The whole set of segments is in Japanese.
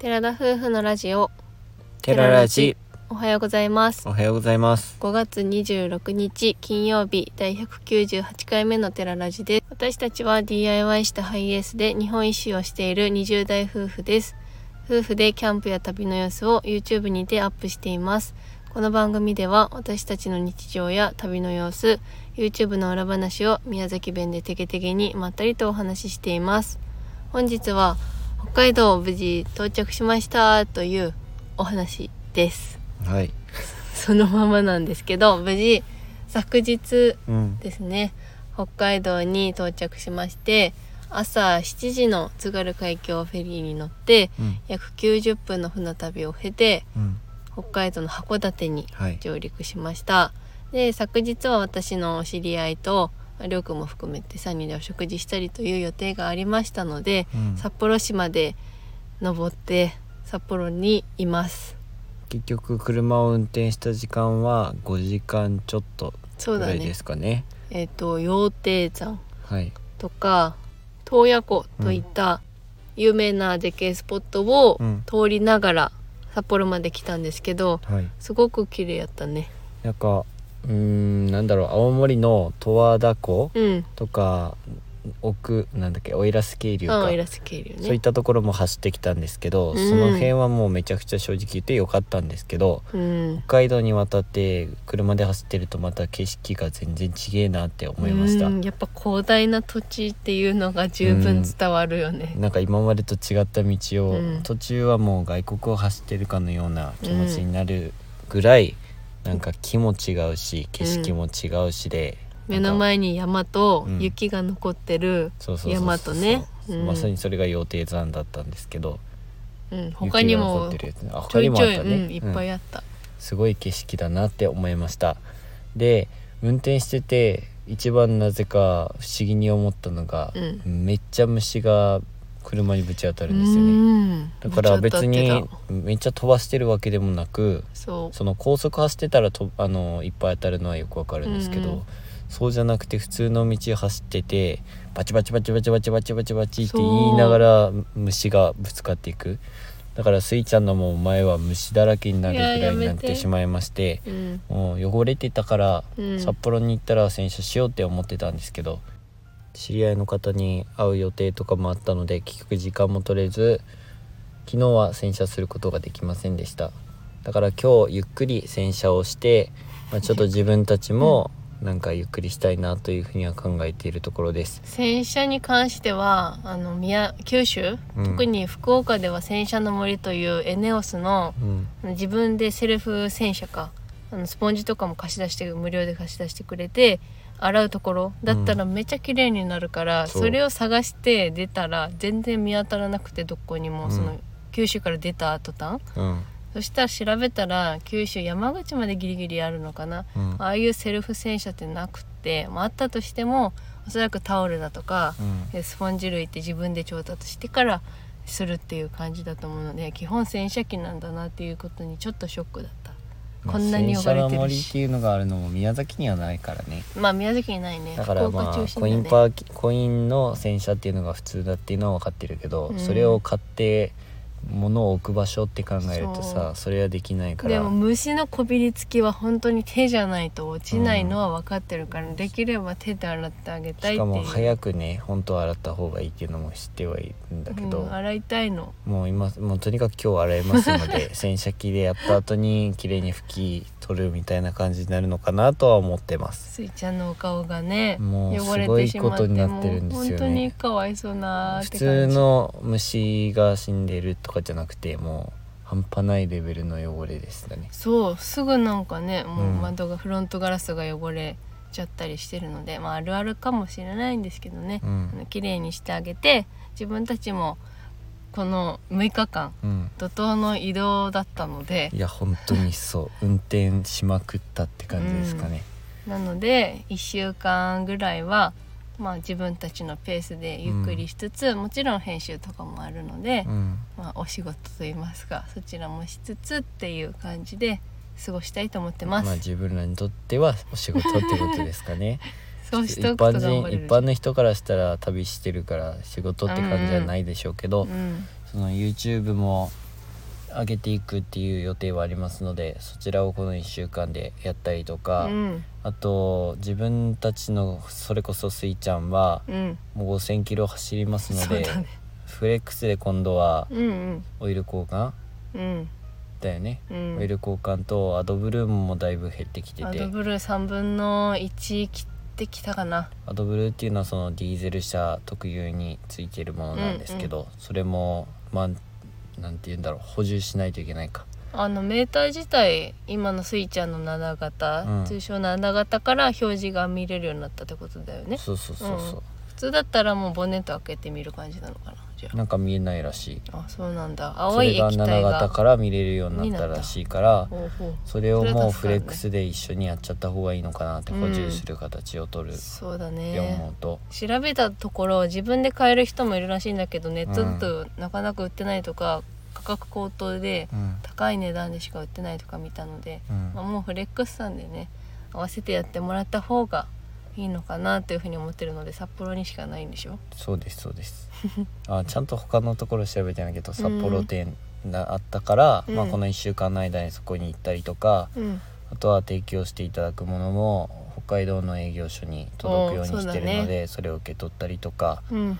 寺田夫婦のラジオテララジおはようございますおはようございます5月26日金曜日第198回目の寺ラジです私たちは DIY したハイエースで日本一周をしている20代夫婦です夫婦でキャンプや旅の様子を YouTube にてアップしていますこの番組では私たちの日常や旅の様子 YouTube の裏話を宮崎弁でテケテケにまったりとお話ししています本日は北海道無事到着しましたというお話ですはいそのままなんですけど 無事昨日うんですね北海道に到着しまして朝7時の津軽海峡フェリーに乗ってうん約90分の船旅を経てうん北海道の函館にはい上陸しましたで昨日は私のお知り合いとまありょうくんも含めて3人でお食事したりという予定がありましたのでうん札幌市まで登って札幌にいます結局車を運転した時間は5時間ちょっとそぐうだらいでねすかねえっ、と羊蹄山はいとか洞爺湖といった有名な絶景スポットをうん通りながら札幌まで来たんですけどはいすごく綺麗やったねなんかうーんなんだろう青森の十和田湖うんとか奥なんだっけ奥入瀬渓流あかあイラス渓流そういっねたところも走ってきたんですけど、うんその辺はもうめちゃくちゃ正直言って良かったんですけどうん北海道に渡って車で走ってるとまた景色が全然違えなって思いました、うんやっぱ広大な土地っていうのが十分伝わるよね、なんか今までと違った道を、うん途中はもう外国を走ってるかのような気持ちになるぐらい、なんか木も違うし景色も違うしで、目の前に山とうん雪が残ってる、そうそうそうそう山とねうんまさにそれが羊蹄山だったんですけどうん他に雪が残もってるやつねあちょ他にいもちあょっい、たうね、ん、いっぱいうんあった、すごい景色だなって思いましたで運転してて一番なぜか不思議に思ったのがう、んめっちゃ虫が車にぶち当たうるんですよね、んだからぶち当た別ってたにめっちゃ飛ばしてるわけでもなくそうその高速走ってたらとあのいっぱい当たるのはよくわかるんですけど、うんうんそうじゃなくて普通の道走っててバチバチバチバチバチバチバチバチって言いながら虫がぶつかっていくだからスイちゃんのもう前は虫だらけになるぐいらやいになっやめててしまいましてうんもう汚れてたからうん札幌に行ったら洗車しようって思ってたんですけど知り合いの方に会う予定とかもあったので結局時間も取れず昨日は洗車することができませんでしただから今日ゆっくり洗車をして、まあ、ちょっと自分たち もなんかゆっくりしたいなというふうには考えているところです洗車に関してはあの宮九州、うん特に福岡では洗車の森というエネオスのうんあの自分でセルフ洗車かあのスポンジとかも貸し出して無料で貸し出してくれて洗うところだったらめっちゃ綺麗になるから、そうそれを探して出たら全然見当たらなくてどこにも、うんその九州から出た途端うんそしたら調べたら九州山口までギリギリあるのかなうんああいうセルフ洗車ってなくって、まあ、あったとしてもおそらくタオルだとかうんえスポンジ類って自分で調達してからするっていう感じだと思うので基本洗車機なんだなっていうことにちょっとショックだったまこあんなに汚れてるし洗車の森っていうのがあるのも宮崎にはないからねまあ宮崎にないねだからま福岡中あ心コだイねンパーキコインの洗車っていうのが普通だっていうのは分かってるけど、うんそれを買って物を置く場所って考えるとそさうそれはできないからでも虫のこびりつきは本当に手じゃないと落ちないのは分かってるから、できれば手で洗ってあげたいっていうしかも早くね本当は洗った方がいいっていうのも知ってはいるんだけど、うん洗いたいのもう今もうとにかく今日洗います ので洗車機でやった後に綺麗に拭き取るみたいな感じになるのかなとは思ってます。スイちゃんのお顔がねもう汚れてしまってすごいことになってるんですよねもう本当にかわいそうなーっ普て感じ通の虫が死んでるとかじゃなくてもう半端ないレベルの汚れでしたね。そうすぐなんかねもううん窓が、フロントガラスが汚れちゃったりしてるので、まあ、あるあるかもしれないんですけどねう、あんの綺麗にしてあげて自分たちもこの6日間うん怒涛の移動だったのでいや本当にそう運転しまくったって感じですかね、なので1週間ぐらいは、まあ、自分たちのペースでゆっくりしつつ、もちろん編集とかもあるのでう、んまあ、お仕事といいますかそちらもしつつっていう感じで過ごしたいと思ってます。自分らにとってはお仕事ってことですかね そうしとく一と般頑張人れ一る般の人からしたら旅してるから仕事って感じじゃないでしょうけど、うんその YouTube も上げていくっていう予定はありますのでそちらをこの1週間でやったりとか、うんあと自分たちのそれこそスイちゃんはうんもう5,000キロ走りますのそうで、だねフレックスで今度はうんうんオイル交換うんだよね、うんオイル交換とアドブルームもだいぶ減ってきてアてドブルー3分の1切ってきたかなアドブルーっていうのはそのディーゼル車特有についてるものなんですけど、それもまあなんて言うんだろう補充しないといけないかあのメーター自体今のスイちゃんの7型、うん通称7型から表示が見れるようになったってことだよねそうそうそうそう、普通だったらもうボンネット開けてみる感じなのかなじゃなんか見えないらしいああそうなんだ青い液それ体が7が型から見れるようになったらしいからほうほうそれをもそうフれは助かるレねックスで一緒にやっちゃった方がいいのかなってうん補充する形を取るそうだって思ねうと、調べたところ自分で買える人もいるらしいんだけどネットだとなかなか売ってないとか、価格高騰でうん高い値段でしか売ってないとか見たので、うんまあ、もうフレックスさんでね合わせてやってもらった方がいいのかなというふうに思ってるので札幌にしかないんでしょそうですそうです あちゃんと他のところ調べてないけど札幌店があったから、うんまあ、この1週間の間にそこに行ったりとか、うんあとは提供していただくものも北海道の営業所に届くようにおーそうしだてねるのでそ,、れを受け取ったりとかうん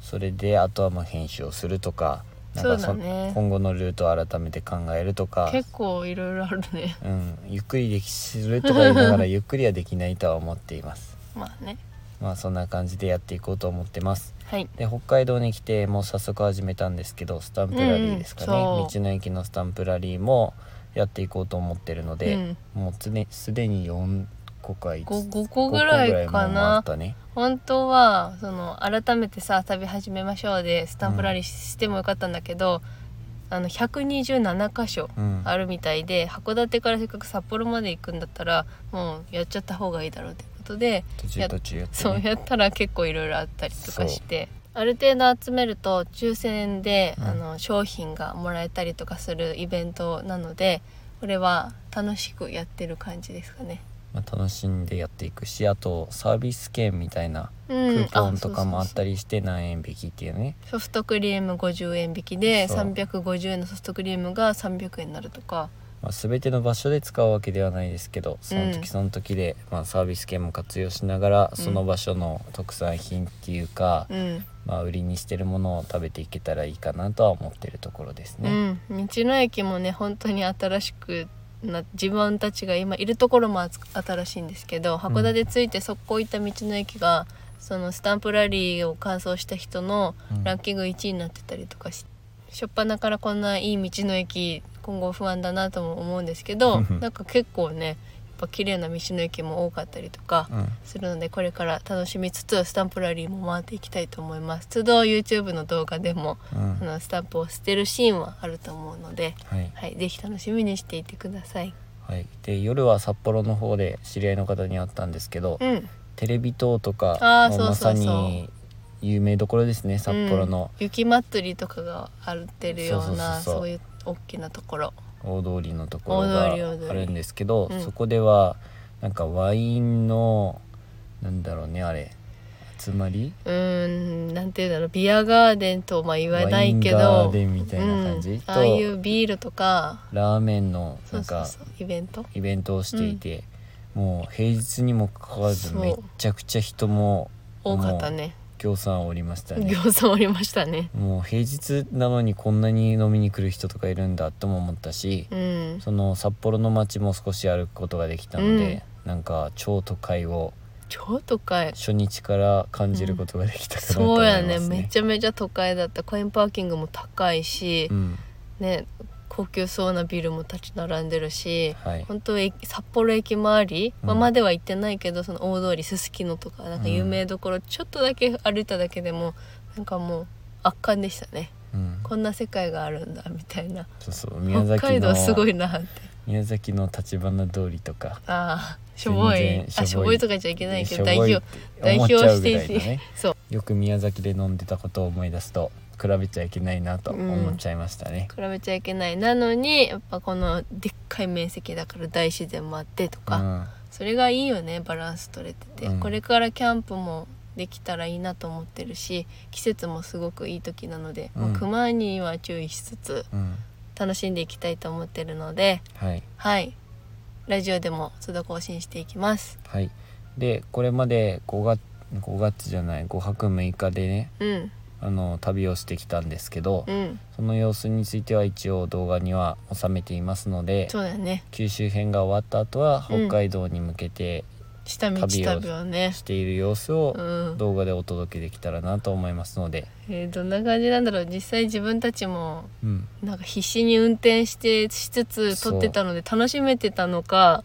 それであとはまあ編集をするとかなんかそうだね今後のルートを改めて考えるとか、結構いろいろあるね うん、ゆっくりできするとか言いながらゆっくりはできないとは思っています。まあねまあそんな感じでやっていこうと思ってます。はいで北海道に来てもう早速始めたんですけどスタンプラリーですかうね、んうんそう道の駅のスタンプラリーもやっていこうと思ってるので、うんもうつねすでに4個か5 5, 個ぐらいかあなったね本当はその改めてさ旅始めましょうでスタンプラリーしてもよかったんだけど、あの127箇所うんあるみたいで函館からせっかく札幌まで行くんだったらもうやっちゃった方がいいだろうということで途中途中やってそうねやったら結構いろいろあったりとかしてある程度集めると抽選で、うんあの商品がもらえたりとかするイベントなのでこれは楽しくやってる感じですかね。まあ、楽しんでやっていくしあとサービス券みたいなうクんーポンとかもあそうそうそうったりして何円引きっていうね、ソフトクリーム50円引きでそう350円のソフトクリームが300円になるとかまあ、全ての場所で使うわけではないですけどそのうん時その時で、まあ、サービス券も活用しながらその場所の特産品っていうか、うん、まあ、売りにしてるものを食べていけたらいいかなとは思ってるところですね。うん、道の駅もね本当に新しくな自分たちが今いるところもあつ新しいんですけど函館着いて速攻行った道の駅がそのスタンプラリーを完走した人のうんランキング1位になってたりとかし初っ端からこんないい道の駅今後不安だなとも思うんですけどなんか結構ねやっぱ綺麗な道の駅も多かったりとか。うんするのでこれから楽しみつつスタンプラリーも回っていきたいと思います都度 YouTube の動画でもうんあのスタンプを捨てるシーンはあると思うので、はいはい、ぜひ楽しみにしていてくださいはい、で夜は札幌の方で知り合いの方に会ったんですけど、うんテレビ塔とかあーもうそうまそさうそうに有名どころですね札幌のうん雪まつりとかがあるってるようなそうそうそうそうそういう大きなところ大通りのところが大通り大通りあるんですけど、うんそこではなんかワインのなんだろうねあれ集まりうーんなんていうんだろうビアガーデンとまあ言わないけワインガーどデンみたいな感じ、うんとああいうビールとかラーメンのそなうんそうかそうイベントイベントをしていて、もう平日にもかかわらずそうめっちゃくちゃ人も多かったね行さんおりましたね餃子おりましたねもう平日なのにこんなに飲みに来る人とかいるんだとも思ったし、うんその札幌の街も少し歩くことができたので、なんか超都会を超都会初日から感じることができたかなとそう思いまやすね。ねめちゃめちゃ都会だったコインパーキングも高いし、うん、ね高級そうなビルも立ち並んでるしはい、本当駅札幌駅周り、まあうんまでは行ってないけどその大通りすすきのとかなんか有名どころ、ちょっとだけ歩いただけでもなんかもう圧巻でしたねうん、こんな世界があるんだみたいなそうそう宮崎の北海道すごいなって宮崎の立花通りとかああしょぼい全然あししょょぼぼいいとかじゃいけないけどしょぼ代い表って代思っ表ちゃうしぐてらいいのて、 ね。そうよく宮崎で飲んでたことを思い出すと比べちゃいけないなと思っちゃいましたね。比べちゃいけないなのにやっぱこのでっかい面積だから大自然もあってとうか、ん、それがいいよねバランス取れてて、うんこれからキャンプもできたらいいなと思ってるし季節もすごくいい時なので、うんまあ熊には注意しつつうん、楽しんでいきたいと思ってるのではいはいラジオでも都度更新していきますはいでこれまで5月5月じゃない5泊6日でねうんあの旅をしてきたんですけど、うんその様子については一応動画には収めていますのでそうだよね九州編が終わった後はうん北海道に向けて下道旅を旅をねしている様子をうん動画でお届けできたらなと思いますので、えーどんな感じなんだろう実際自分たちもうん、なんか必死に運転してしつつそう撮ってたので楽しめてたのか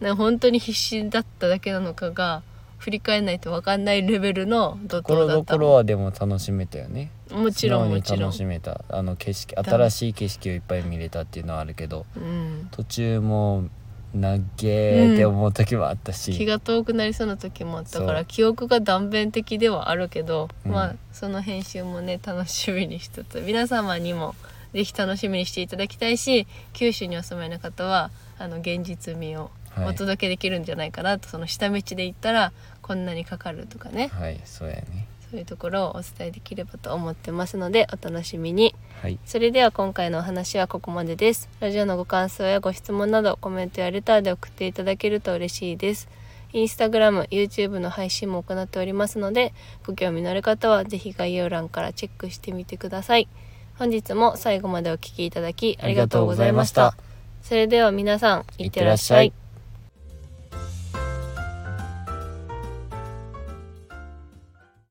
な本当に必死だっただけなのかが振り返らないと分かんないレベルの怒ところ涛だどったころはでも楽しめたよねもちろんも素ち直にろん楽し、めたあの景色だ新しい景色をいっぱい見れたっていうのはあるけどうん、途中もうなげーって思う時もあったし、気が遠くなりそうな時もあったかそらう記憶が断片的ではあるけど、うんまあその編集もね楽しみにしつつ皆様にもぜひ楽しみにしていただきたいし九州にお住まいの方はあの現実味をはいお届けできるんじゃないかなと、その下道で行ったらこんなにかかるとかねはいそうやねそういうところをお伝えできればと思ってますのでお楽しみにはいそれでは今回のお話はここまでですラジオのご感想やご質問などコメントやレターで送っていただけると嬉しいですインスタグラム、YouTube の配信も行っておりますのでご興味のある方はぜひ概要欄からチェックしてみてください本日も最後までお聞きいただきありがとうございましたありがとうございそれでは皆さんいいっっててららっっししゃゃいい